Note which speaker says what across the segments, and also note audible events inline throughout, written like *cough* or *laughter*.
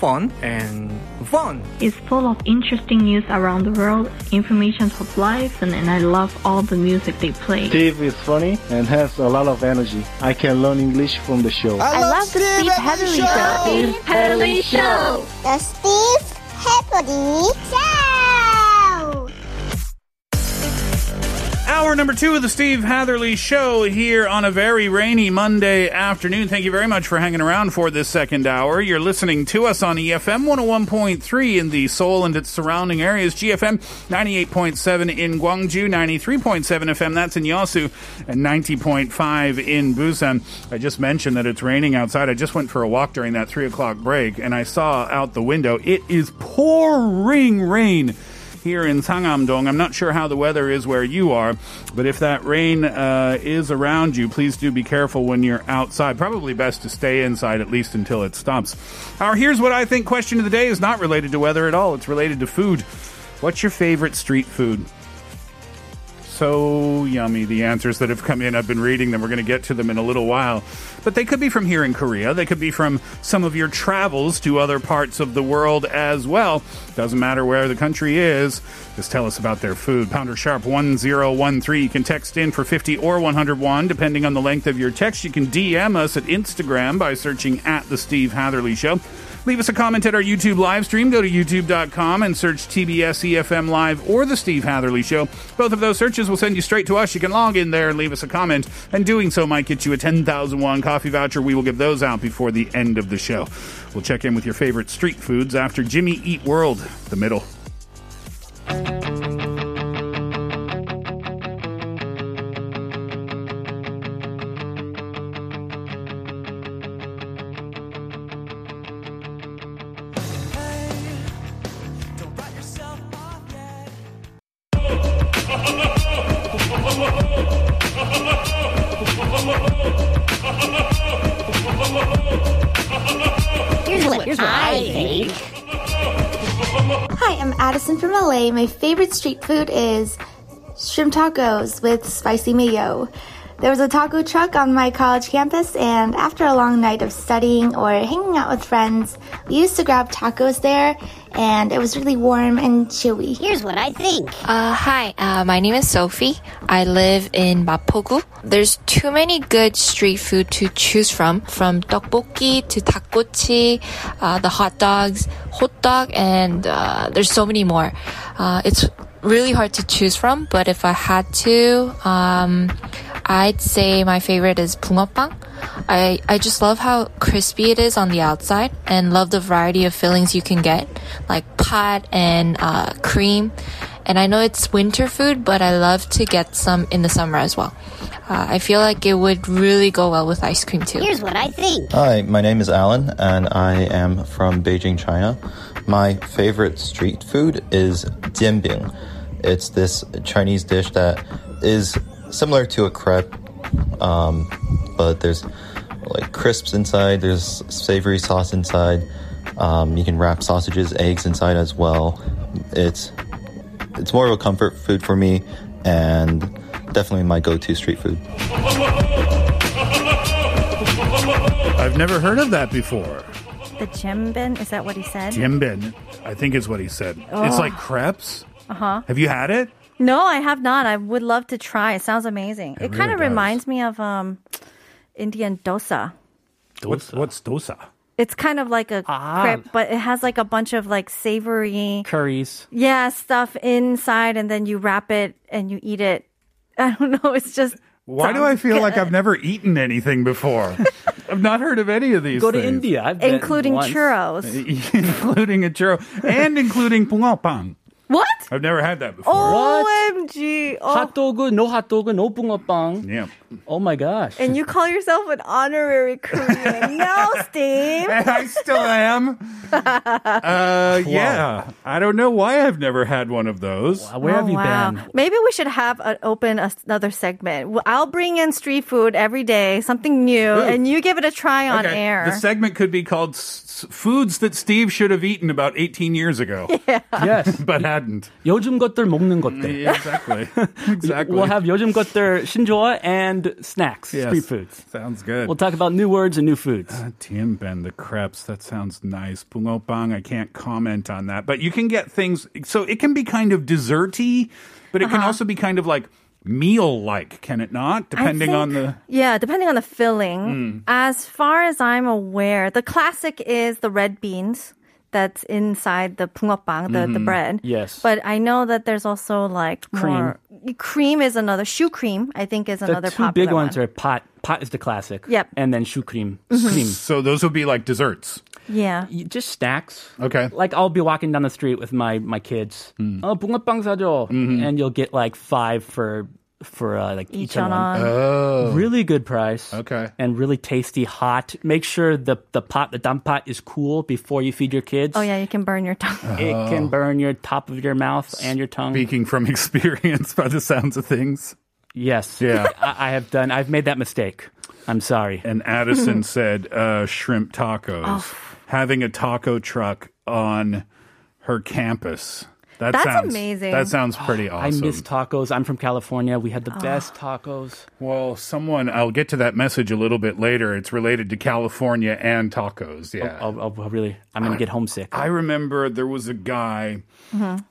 Speaker 1: fun, and fun.
Speaker 2: It's full of interesting news around the world, information of life, and, and I love all the music they play.
Speaker 3: Steve is funny and has a lot of energy. I can learn English from the show.
Speaker 4: I love Steve 헤들리 쇼.
Speaker 5: The Steve Happening Show.
Speaker 6: Hour number two of the Steve Hatherley Show here on a very rainy Monday afternoon. Thank you very much for hanging around for this second hour. You're listening to us on E EFM 101.3 in the Seoul and its surrounding areas, GFM 98.7 in Gwangju, 93.7 FM, that's in Yasu, and 90.5 in Busan. I just mentioned that it's raining outside. I just went for a walk during that three o'clock break and I saw out the window it is pouring rain here in Sangamdong. I'm not sure how the weather is where you are, but if that rain uh, is around you, please do be careful when you're outside. Probably best to stay inside at least until it stops. Our here's what I think question of the day is not related to weather at all. It's related to food. What's your favorite street food? So yummy, the answers that have come in. I've been reading them. We're going to get to them in a little while. But they could be from here in Korea. They could be from some of your travels to other parts of the world as well. Doesn't matter where the country is. Just tell us about their food. Pounder Sharp 1013. You can text in for 50 or 101, depending on the length of your text. You can DM us at Instagram by searching at The Steve Hatherley Show. Leave us a comment at our YouTube live stream. Go to youtube.com and search TBS EFM E Live or The Steve Hatherley Show. Both of those searches will send you straight to us. You can log in there and leave us a comment. And doing so might get you a 10,000 won coffee voucher. We will give those out before the end of the show. We'll check in with your favorite street foods after Jimmy Eat World, the middle.
Speaker 7: Hi, I'm Addison from LA. My favorite street food is shrimp tacos with spicy mayo. There was a taco truck on my college campus, and after a long night of studying or hanging out with friends, we used to grab tacos there, and it was really warm and chewy.
Speaker 5: Here's what I think.
Speaker 2: Uh, hi, uh, my name is Sophie. I live in Mapogu. There's too many good street food to choose from, from tteokbokki to takgochi, uh, the hot dogs, hot dog, and uh, there's so many more. Uh, it's really hard to choose from, but if I had to, um, I'd say my favorite is 붕어빵. I, I just love how crispy it is on the outside and love the variety of fillings you can get, like pot and uh, cream. And I know it's winter food, but I love to get some in the summer as well. Uh, I feel like it would really go well with ice cream too.
Speaker 5: Here's what I think.
Speaker 3: Hi, my name is Alan and I am from Beijing, China. My favorite street food is dianbing. It's this Chinese dish that is similar to a crepe, um, but there's like crisps inside, there's savory sauce inside. Um, you can wrap sausages, eggs inside as well. It's it's more of a comfort food for me and definitely my go-to street food.
Speaker 6: I've never heard of that before.
Speaker 2: The jimbin, is that what he said? Oh.
Speaker 6: Jimbin, I think is what he said. It's like crepes. Uh huh. Have you had it?
Speaker 2: Uh-huh. No, I have not. I would love to try. It sounds amazing. It,
Speaker 6: really
Speaker 2: kind of
Speaker 6: does.
Speaker 2: reminds me of um, Indian dosa.
Speaker 6: What's what's dosa?
Speaker 2: It's kind of like a crepe, but it has like a bunch of like savory,
Speaker 8: curries.
Speaker 2: yeah, stuff inside, and then you wrap it and you eat it. *laughs* I don't know. It's just
Speaker 6: Why do I feel like I've never eaten anything before? *laughs* I've not heard of any of these.
Speaker 8: Go to
Speaker 6: things.
Speaker 8: India. I've been
Speaker 2: including
Speaker 8: once.
Speaker 2: churros.
Speaker 6: *laughs* including a churro and including pungopang.
Speaker 2: What?
Speaker 6: I've never had that before.
Speaker 2: Omg! Oh.
Speaker 8: Hot dog, no hot dog, no 붕어빵.
Speaker 6: Yeah. *laughs*
Speaker 8: Oh my gosh.
Speaker 9: And you call yourself an honorary
Speaker 10: *laughs*
Speaker 9: Korean. no, Steve.
Speaker 6: And I still am. Uh, yeah. I don't know why I've never had one of those.
Speaker 8: Where have
Speaker 9: Oh,
Speaker 8: you
Speaker 9: wow.
Speaker 8: been?
Speaker 9: Maybe we should have an open us- another segment. Well, I'll bring in street food every day, something new,
Speaker 6: Ooh.
Speaker 9: and you give it a try on
Speaker 6: Okay,
Speaker 9: air.
Speaker 6: The segment could be called S- S- Foods That Steve Should Have Eaten About 18 Years *laughs* Ago.
Speaker 8: Yes.
Speaker 6: but hadn't.
Speaker 8: 요즘 것들 먹는 것들.
Speaker 6: Yeah, exactly. *laughs* exactly.
Speaker 8: We'll have 요즘 것들 신조어 and snacks,
Speaker 6: Yes.
Speaker 8: street foods.
Speaker 6: Sounds good.
Speaker 8: We'll talk about new words and new foods.
Speaker 6: Uh, Tim Ben, the crepes. That sounds nice. Bungopang, I can't comment on that. But you can get things. So it can be kind of desserty, but it can
Speaker 8: Uh-huh.
Speaker 6: also be kind of like meal like, can it not?
Speaker 9: I
Speaker 6: Depending on
Speaker 9: think-
Speaker 6: the.
Speaker 9: Yeah, depending on the
Speaker 8: Hmm.
Speaker 9: filling. As far as I'm aware, the classic is the red beans that's inside the bungeoppang, the, the
Speaker 8: Mhm.
Speaker 9: bread.
Speaker 8: Yes.
Speaker 9: But I know that there's also like more
Speaker 8: Cream.
Speaker 9: cream is another shoe cream, I think is
Speaker 8: the
Speaker 9: another
Speaker 8: two
Speaker 9: popular
Speaker 8: big
Speaker 9: one.
Speaker 8: ones are pot. Pot is the classic.
Speaker 9: Yep.
Speaker 8: And then shoe cream.
Speaker 6: Mhm.
Speaker 8: Cream.
Speaker 6: So those would be like desserts.
Speaker 9: Yeah.
Speaker 8: Just snacks.
Speaker 6: Okay.
Speaker 8: Like I'll be walking down the street with my my kids.
Speaker 3: Mm-hmm.
Speaker 8: Oh, 붕어빵 사줘. And you'll get like five for for uh, like each one.
Speaker 9: Ichanan.
Speaker 6: Oh.
Speaker 8: Really good price.
Speaker 6: Okay.
Speaker 8: And really tasty hot. Make sure the the pot the dump pot is cool before you feed your kids.
Speaker 9: Oh yeah, you can burn your tongue.
Speaker 8: It
Speaker 3: Oh.
Speaker 8: can burn your top of your mouth and your tongue.
Speaker 6: Speaking from *laughs* experience by the sounds of things.
Speaker 8: Yes.
Speaker 6: Yeah.
Speaker 8: *laughs* I, I have done. I've made that mistake. I'm sorry.
Speaker 6: *laughs* And Addison said uh, shrimp tacos. Having a taco truck on her campus. That
Speaker 8: That's
Speaker 6: sounds,
Speaker 8: amazing.
Speaker 6: That sounds pretty awesome.
Speaker 8: *gasps* I miss tacos. I'm from California. We had the best tacos.
Speaker 6: Well, someone, I'll get to that message a little bit later. It's related to California and tacos. Yeah.
Speaker 8: Oh, oh, oh, really? I'm going to get homesick.
Speaker 6: I remember there was a guy,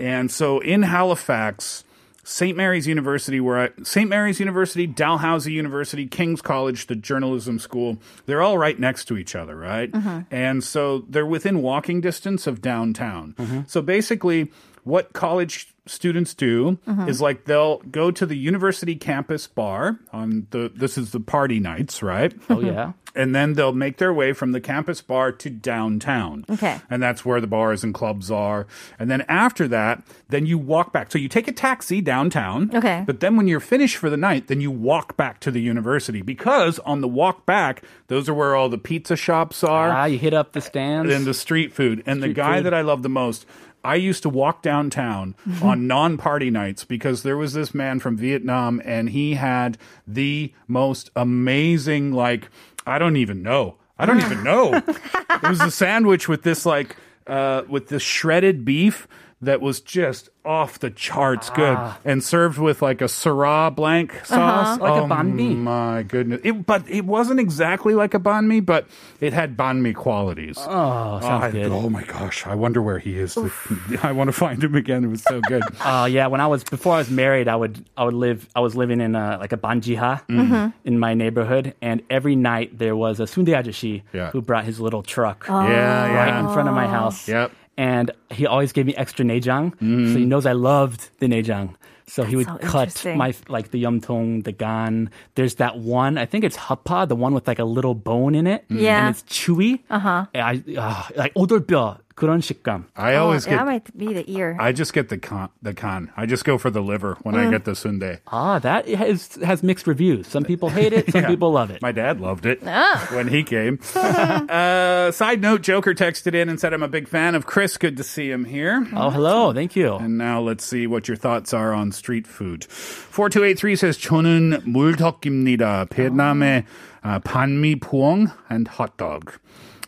Speaker 6: and so in Halifax, St. Mary's University, where I, St. Mary's University, Dalhousie University, King's College, the journalism school, they're all right next to each other, right?
Speaker 11: Mhm.
Speaker 6: And so they're within walking distance of downtown. So basically, what college students do
Speaker 11: Mhm.
Speaker 6: is like they'll go to the university campus bar on the this is the party nights, right?
Speaker 8: Oh, yeah.
Speaker 6: and then they'll make their way from the campus bar to downtown.
Speaker 9: Okay.
Speaker 6: And that's where the bars and clubs are. And then after that, then you walk back. So you take a taxi downtown.
Speaker 9: Okay.
Speaker 6: But then when you're finished for the night, then you walk back to the university because on the walk back, those are where all the pizza shops are.
Speaker 8: Ah, you hit up the stands.
Speaker 6: And the street food. And the
Speaker 8: Street
Speaker 6: guy
Speaker 8: food.
Speaker 6: that
Speaker 8: Mm-hmm.
Speaker 6: I love the most, I used to walk downtown on non party nights because there was this man from Vietnam and he had the most amazing, like, I don't even know. I don't even
Speaker 8: *laughs*
Speaker 6: know. it was a sandwich with this, like, uh, with this shredded beef that was just off the charts good
Speaker 8: Ah.
Speaker 6: and served with like a Syrah blank sauce. Oh
Speaker 8: Like a banh mi.
Speaker 6: my goodness. It, but it wasn't exactly like a banh mi, but it had banh mi qualities.
Speaker 8: Oh, sounds
Speaker 6: I-
Speaker 8: good.
Speaker 6: oh my gosh. I wonder where he is. *laughs* I want to find him again. It was so good.
Speaker 8: *laughs* Oh yeah, when I was before I was married, I would I would live I was living in a, like a banjiha
Speaker 6: Mm-hmm.
Speaker 11: Mhm.
Speaker 8: in my neighborhood, and every night there was a sundae ajashi who brought his little truck
Speaker 11: Oh. Yeah, yeah.
Speaker 8: right in front of my house.
Speaker 6: Yep.
Speaker 8: And he always gave me extra najang, so he knows I loved the najang. So he would
Speaker 11: so
Speaker 8: cut
Speaker 11: interesting.
Speaker 8: my like the yumtong, the gan. There's that one, I think it's hapa, the one with like a little bone in it.
Speaker 9: Yeah.
Speaker 8: And it's chewy.
Speaker 9: Uh-huh.
Speaker 8: I ah, like 오돌뼈 그런 식감.
Speaker 6: I always
Speaker 9: oh,
Speaker 6: get.
Speaker 9: that might be the ear.
Speaker 6: I just get the con, the con. I just go for the liver when I
Speaker 8: Mm.
Speaker 6: get the sundae.
Speaker 8: Ah, that has, has mixed reviews. Some people hate it, some
Speaker 6: Yeah.
Speaker 8: people love it.
Speaker 6: My dad loved it
Speaker 8: Ah.
Speaker 6: *laughs* when he
Speaker 8: *laughs*
Speaker 6: came. uh, side note Joker texted in and said, I'm a big fan of Chris. Good to see him here.
Speaker 8: Oh, hello. Thank you.
Speaker 6: And now let's see what your thoughts are on street food. 4283 says, 저는 물떡입니다. Vietnam의 uh, 반미 puong and hot dog.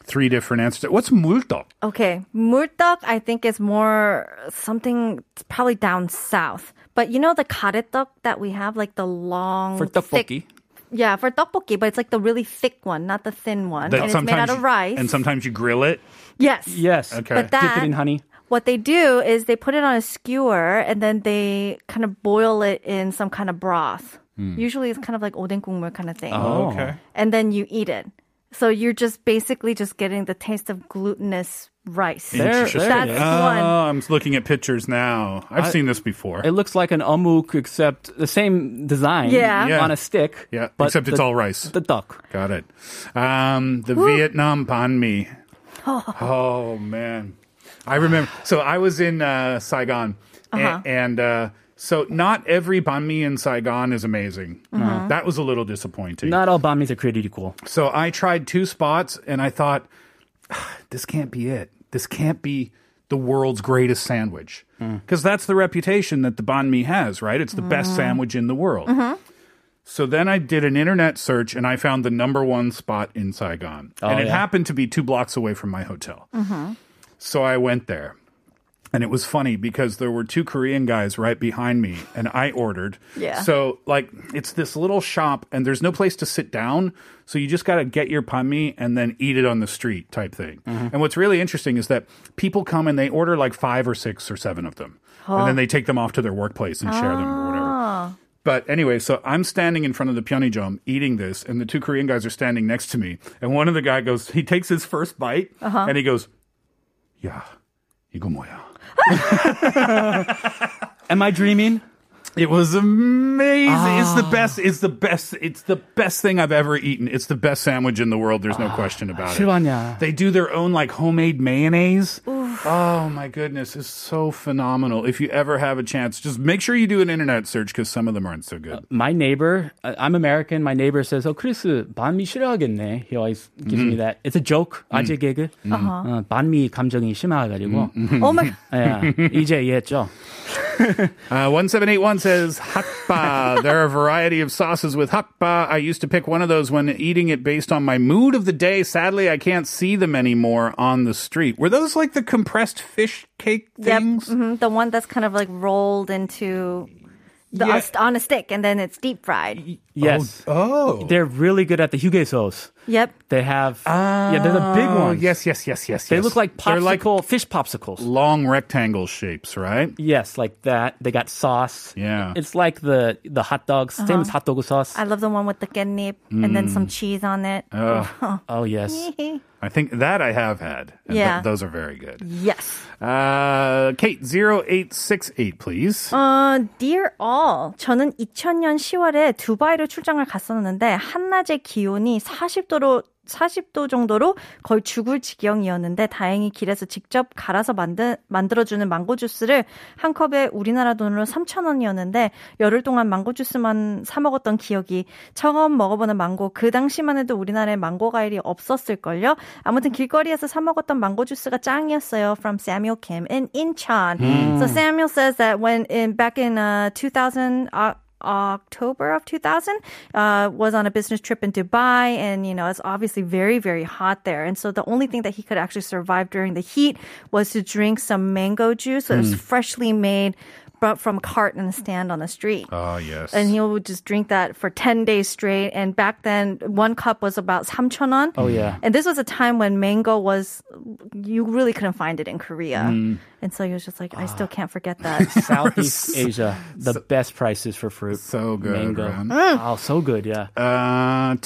Speaker 6: Three different answers. What's 물떡?
Speaker 9: Okay, murtok I think is more something probably down south. But you know the karetok that we have, like the long
Speaker 8: For
Speaker 9: thick-
Speaker 8: tteokbokki.
Speaker 9: Yeah, for tteokbokki, but it's like the really thick one, not the thin one. and it's made out of rice.
Speaker 6: And sometimes you grill it.
Speaker 9: yes.
Speaker 8: Yes.
Speaker 6: Okay.
Speaker 9: But that- Dip it in
Speaker 8: honey.
Speaker 9: What they do is they put it on a skewer and then they kind of boil it in some kind of broth.
Speaker 11: Hmm.
Speaker 9: Usually it's kind of like oden gungmul kind of thing.
Speaker 11: Oh, okay.
Speaker 9: And then you eat it. So you're just basically just getting the taste of glutinous rice. That's one.
Speaker 6: Oh, I'm looking at pictures now. I've
Speaker 8: I-
Speaker 6: seen this before.
Speaker 8: It looks like an amuk, except the same design
Speaker 6: Yeah. Yeah.
Speaker 8: on a stick.
Speaker 6: Yeah,
Speaker 8: but
Speaker 6: except it's
Speaker 8: the-
Speaker 6: all rice. The
Speaker 8: duck.
Speaker 6: Got it. Um, the Vietnam banh mi. Oh man, I remember. So I was in uh, Saigon, a-
Speaker 11: Uh-huh.
Speaker 6: and, uh, So not every banh mi in Saigon is amazing.
Speaker 8: Mhm.
Speaker 6: That was a little disappointing.
Speaker 8: Not all banh mi's are created equal.
Speaker 6: So I tried two spots and I thought, *sighs* "Ah, this can't be it. This can't be the world's greatest sandwich.
Speaker 11: Mm.
Speaker 6: Because that's the reputation that the banh mi has, right? It's the best
Speaker 11: Mhm.
Speaker 6: sandwich in the world.
Speaker 11: Mm-hmm.
Speaker 6: So then I did an internet search and I found the number one spot in Saigon.
Speaker 11: Oh,
Speaker 6: and
Speaker 11: yeah.
Speaker 6: it happened to be two blocks away from my hotel.
Speaker 11: Mm-hmm.
Speaker 6: So I went there. And it was funny because there were two Korean guys right behind me and I ordered.
Speaker 11: Yeah.
Speaker 6: So like it's this little shop and there's no place to sit down, so you just got to get your pami and then eat it on the street type thing.
Speaker 11: Mm-hmm.
Speaker 6: And what's really interesting is that people come and they order like 5 or 6 or 7 of them.
Speaker 11: Huh. Ah.
Speaker 6: And then they take them off to their workplace and share them or whatever. But anyway, so I'm standing in front of the pyeonijom eating this, and the two Korean guys are standing next to me. And one of the guy goes, he takes his first bite,
Speaker 11: Uh-huh.
Speaker 6: and he goes, "Yeah, 이거 뭐야?"
Speaker 8: Am I dreaming?
Speaker 6: It was amazing. It's the best. It's the best. It's the best thing I've ever eaten. It's the best sandwich in the world. There's no question about it.
Speaker 8: 실화냐?
Speaker 6: They do their own like homemade mayonnaise. Oh my goodness, it's so phenomenal. If you ever have a chance, just make sure you do an internet search because some of them aren't so good.
Speaker 8: My neighbor, I- I'm American. My neighbor says, "Oh, Chris, 반미 싫어하겠네." He always gives
Speaker 6: Mm-hmm.
Speaker 8: me that. It's a joke, 아재 개그.
Speaker 9: 음. 아하.
Speaker 8: 어, 반미 감정이 심화가지고.
Speaker 6: Mm-hmm.
Speaker 11: Um.
Speaker 9: Oh my-
Speaker 8: yeah, 이제
Speaker 6: *laughs*
Speaker 8: 이해했죠.
Speaker 6: Uh, 1781 says hakpa. there are a variety of sauces with hakpa. I used to pick one of those when eating it based on my mood of the day. Sadly, I can't see them anymore on the street. Were those like the compressed fish cake
Speaker 9: Yep.
Speaker 6: things?
Speaker 9: hmm The one that's kind of like rolled into the,
Speaker 6: Yeah.
Speaker 9: on a stick and then it's deep fried.
Speaker 8: Yes.
Speaker 6: Oh,
Speaker 8: they're really good at the hugesos.
Speaker 9: Yep.
Speaker 8: They have yeah, they're the big
Speaker 6: Oh,
Speaker 8: ones.
Speaker 6: Yes, yes, yes, yes.
Speaker 8: They
Speaker 6: yes.
Speaker 8: look like
Speaker 6: They're like
Speaker 8: popsicle fish popsicles.
Speaker 6: Long rectangle shapes, right?
Speaker 8: Yes, like that. They got sauce.
Speaker 6: Yeah.
Speaker 8: It's like the the hot dogs,
Speaker 9: Uh-huh.
Speaker 8: same as hot dog sauce.
Speaker 9: I love the one with the catnip and then some
Speaker 6: Mm.
Speaker 9: cheese on it. *laughs*
Speaker 6: Ugh.
Speaker 8: oh yes.
Speaker 6: I think that I have had. and
Speaker 9: Yeah.
Speaker 6: th- those are very good.
Speaker 9: yes.
Speaker 6: Uh, Kate 0868, please.
Speaker 9: 어, dear all. 저는 2000년 10월에 두바이로 출장을 갔었는데 한낮의 기온이 40도로 40도 정도로 거의 죽을 지경이었는데 다행히 길에서 직접 갈아서 만든 만들어주는 망고 주스를 한 컵에 우리나라 돈으로 3,000원이었는데 열흘 동안 망고 주스만 사 먹었던 기억이 처음 먹어보는 망고 그 당시만 해도 우리나라에 망고 과일이 없었을걸요. 아무튼 길거리에서 사 먹었던 망고 주스가 짱이었어요. From Samuel Kim in Incheon.
Speaker 12: 음.
Speaker 9: So Samuel says that when in back in uh, 2000. Uh, October of 2000 uh, was on a business trip in Dubai, and you know it's obviously very, very hot there. And so the only thing that he could actually survive during the heat was to drink some mango juice that was
Speaker 11: Mm.
Speaker 9: freshly made, brought from a cart and a stand on the street.
Speaker 6: Oh, yes.
Speaker 9: And he would just drink that for 10 days straight. And back then, one cup was about 3,000원.
Speaker 8: Oh,
Speaker 9: *laughs*
Speaker 8: yeah.
Speaker 9: And this was a time when mango was, you really couldn't find it in Korea.
Speaker 8: Mm.
Speaker 9: And so he was just like,
Speaker 6: Ah.
Speaker 9: I still can't
Speaker 6: *laughs*
Speaker 9: forget that.
Speaker 8: Southeast Asia, the best prices for fruit.
Speaker 6: So good,
Speaker 8: Mango.
Speaker 6: right?
Speaker 9: Mm.
Speaker 8: Oh, so good, yeah.
Speaker 6: Uh,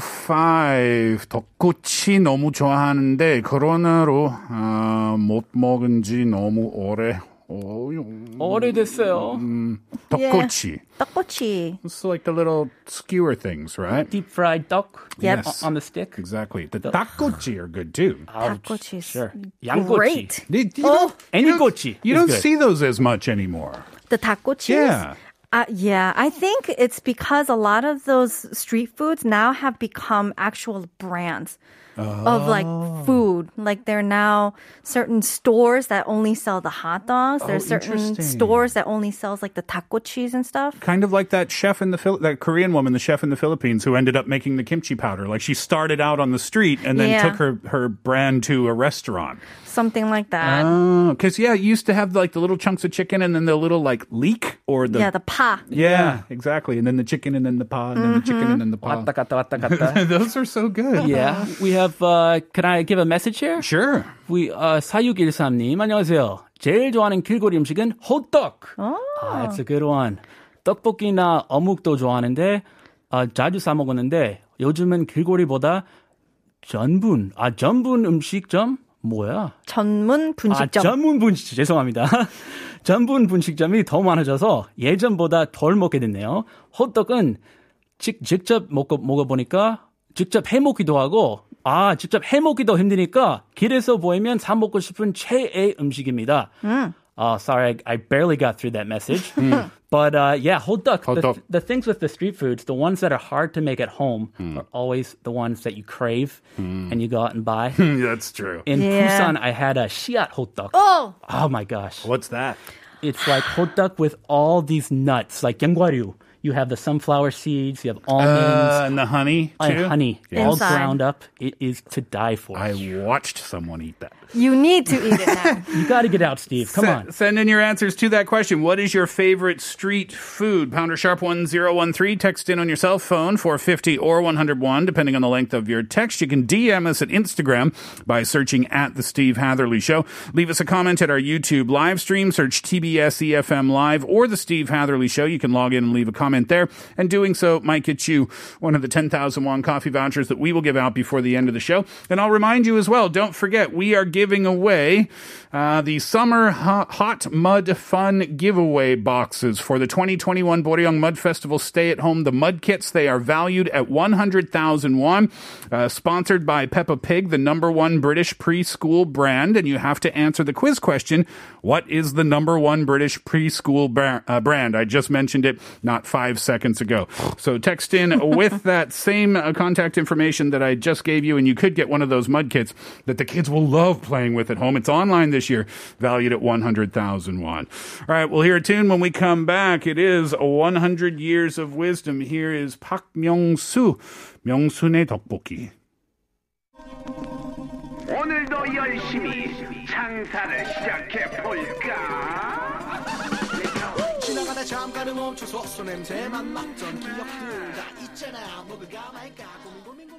Speaker 6: 2605. 덕꼬치 너무 좋아하는데, 코로나로, 아, 못 먹은 지 너무 오래. 어용.
Speaker 8: 오래됐어요.
Speaker 6: Mm. 덕꼬치.
Speaker 9: Tteokbokki.
Speaker 6: It's like the little skewer things, right?
Speaker 8: Deep fried duck.
Speaker 9: Yep.
Speaker 6: Yes.
Speaker 8: On the stick.
Speaker 6: Exactly. The takochi are good too.
Speaker 9: Takochi is Sure.
Speaker 6: Yangochi.
Speaker 9: great.
Speaker 6: You, you
Speaker 9: Oh.
Speaker 6: don't- you don't- You
Speaker 9: is
Speaker 6: don't
Speaker 9: good.
Speaker 6: see those as much anymore.
Speaker 9: The taco cheese?
Speaker 6: Yeah.
Speaker 9: Uh, yeah, I think it's because a lot of those street foods now have become actual brands of like
Speaker 6: Oh.
Speaker 9: food. Like there are now certain stores that only sell the hot dogs.
Speaker 6: Oh,
Speaker 9: there are certain
Speaker 6: interesting.
Speaker 9: stores that only sells like the taco cheese and stuff.
Speaker 6: Kind of like that chef in the Phil- that Korean woman, the chef in the Philippines, who ended up making the kimchi powder. Like she started out on the street and then
Speaker 9: Yeah.
Speaker 6: took her her brand to a restaurant.
Speaker 9: Something like that.
Speaker 6: Oh, because yeah, you used to have like the little chunks of chicken and then the little like leek or the
Speaker 9: yeah, the pa.
Speaker 6: Yeah, exactly. And then the chicken and then the pa and then the chicken and
Speaker 9: Mm-hmm.
Speaker 6: then the pa. *laughs* Those are so good.
Speaker 8: Yeah. We have, uh, can I give a message here?
Speaker 6: Sure.
Speaker 8: We, uh, 4613님, 안녕하세요. 제일 좋아하는 길거리 음식은 호떡. 아, that's a good one. 떡볶이나 어묵도 좋아하는데, 아, 자주 싸먹었는데, 요즘은 길거리보다 전분, 아, 전분 음식점? 뭐야?
Speaker 9: 전문 분식점.
Speaker 8: 아, 전문 분식점. 죄송합니다. *laughs* 전분 분식점이 더 많아져서 예전보다 덜 먹게 됐네요. 호떡은 직, 직접 먹고, 먹어보니까 직접 해 먹기도 하고, 아, 직접 해 먹기도 힘드니까 길에서 보이면 사 먹고 싶은 최애 음식입니다.
Speaker 9: 음.
Speaker 8: Uh, sorry, I, I barely got through that message. but uh, yeah, hoduk. the, the things with the street foods, the ones that are hard to make at home, are always the ones that you crave and you go out and buy.
Speaker 6: That's true.
Speaker 8: In
Speaker 6: Yeah.
Speaker 8: Busan, I had a shiat hoduk.
Speaker 9: Oh!
Speaker 8: Oh my gosh.
Speaker 6: What's that?
Speaker 8: It's like hoduk with all these nuts, like yanggwaryu. You have the sunflower seeds, you have almonds,
Speaker 6: Uh, and the honey
Speaker 8: and
Speaker 6: too?
Speaker 8: honey,
Speaker 6: Yeah.
Speaker 8: all
Speaker 6: Inside.
Speaker 8: ground up. It is to die for. I
Speaker 6: watched someone eat that.
Speaker 9: You need to eat it now.
Speaker 8: You got to get out, Steve. Come
Speaker 6: Se-
Speaker 8: on.
Speaker 6: Send in your answers to that question. What is your favorite street food? Pounder sharp 1013. Text in on your cell phone 450 or 101, depending on the length of your text. You can DM us at Instagram by searching at The Steve Hatherley Show. Leave us a comment at our YouTube live stream. Search TBS EFM E Live or The Steve Hatherley Show. You can log in and leave a comment there. And doing so might get you one of the 10,000 won coffee vouchers that we will give out before the end of the show. And I'll remind you as well, don't forget, we are giving away uh, the Summer Ho- Hot Mud Fun giveaway boxes for the 2021 Boryong Mud Festival Stay at Home. The mud kits, they are valued at 100,000 won, uh, sponsored by Peppa Pig, the number one British preschool brand. And you have to answer the quiz question What is the number one British preschool bra- uh, brand? I just mentioned it not five seconds ago. So text in with that same uh, contact information that I just gave you, and you could get one of those mud kits that the kids will love playing with at home. It's online this year, valued at 100,000 won. All right, we'll hear a tune when we come back. It is 100 Years of Wisdom. Here is Pak Myung Soo, 명순의 떡볶이.
Speaker 11: 오늘도 열심히 장사를 시작해 볼까?
Speaker 4: 지나가다 잠깐은 멈춰서 냄새만 맡던 기억들 다 있잖아 먹을까 말까 고민 고민 고민